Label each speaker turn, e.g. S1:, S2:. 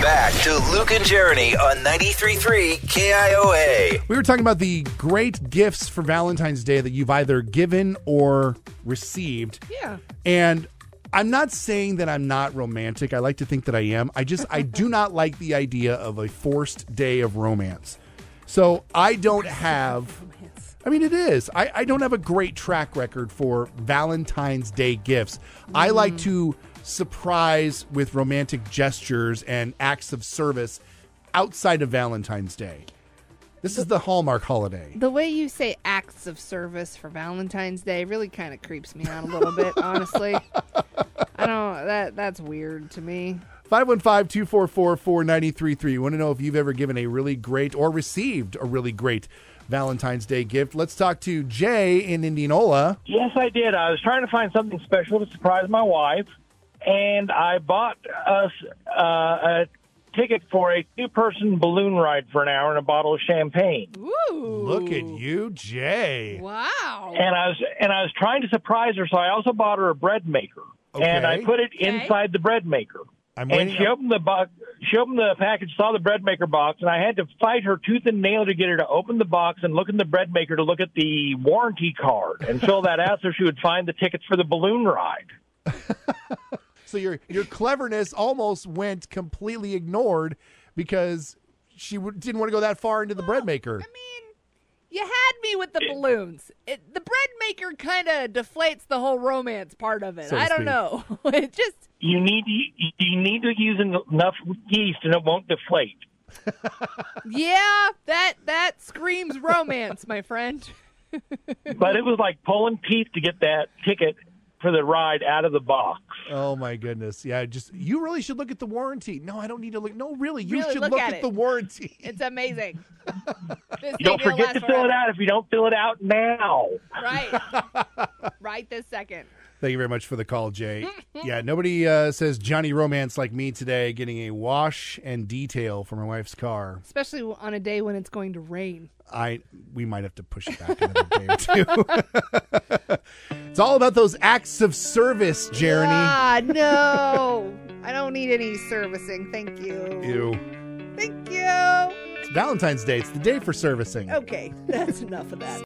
S1: back to Luke and Jeremy on 93.3 KIOA.
S2: We were talking about the great gifts for Valentine's Day that you've either given or received.
S3: Yeah.
S2: And I'm not saying that I'm not romantic. I like to think that I am. I just I do not like the idea of a forced day of romance. So I don't have I mean it is. I, I don't have a great track record for Valentine's Day gifts. I like to surprise with romantic gestures and acts of service outside of Valentine's Day. This is the Hallmark holiday.
S3: The way you say acts of service for Valentine's Day really kind of creeps me out a little bit, honestly. I don't that that's weird to me.
S2: 515-244-4933. Want to know if you've ever given a really great or received a really great Valentine's Day gift? Let's talk to Jay in Indianola.
S4: Yes, I did. I was trying to find something special to surprise my wife, and I bought us uh, a ticket for a two-person balloon ride for an hour and a bottle of champagne.
S3: Ooh.
S2: Look at you, Jay.
S3: Wow.
S4: And I was and I was trying to surprise her, so I also bought her a bread maker, and I
S2: Okay.
S4: put it
S3: Okay.
S4: inside the bread maker.
S2: I'm
S4: and
S2: waiting.
S4: she opened the box. She opened the package, saw the bread maker box, and I had to fight her tooth and nail to get her to open the box and look in the bread maker to look at the warranty card and fill that out so she would find the tickets for the balloon ride.
S2: So your your cleverness almost went completely ignored because she w- didn't want to go that far into the bread maker.
S3: I mean, you had me with the balloons. It, the bread maker kind of deflates the whole romance part of it.
S2: So to
S3: I don't
S2: speak.
S3: know. It just
S4: you need to, you need to use enough yeast and it won't deflate.
S3: yeah, that that screams romance, my friend.
S4: But it was like pulling teeth to get that ticket for the ride out of the box.
S2: Oh my goodness. Yeah, just you really should look at the warranty. No, I don't need to look. No, really, you
S3: Really,
S2: should
S3: look
S2: look,
S3: at
S2: at,
S3: it.
S2: the warranty.
S3: It's amazing. This
S4: You don't
S3: baby will
S4: forget to
S3: last
S4: fill it
S3: forever.
S4: out if you don't fill it out now.
S3: Right. right this second.
S2: Thank you very much for the call, Jay. yeah, nobody uh, says Johnny Romance like me today, getting a wash and detail for my wife's car.
S3: Especially on a day when it's going to rain.
S2: I we might have to push it back another day or two. it's all about those acts of service, Jeremy.
S3: Ah, no. I don't need any servicing. Thank you.
S2: Ew.
S3: Thank you.
S2: It's Valentine's Day. It's the day for servicing.
S3: Oh, Okay, that's enough of that.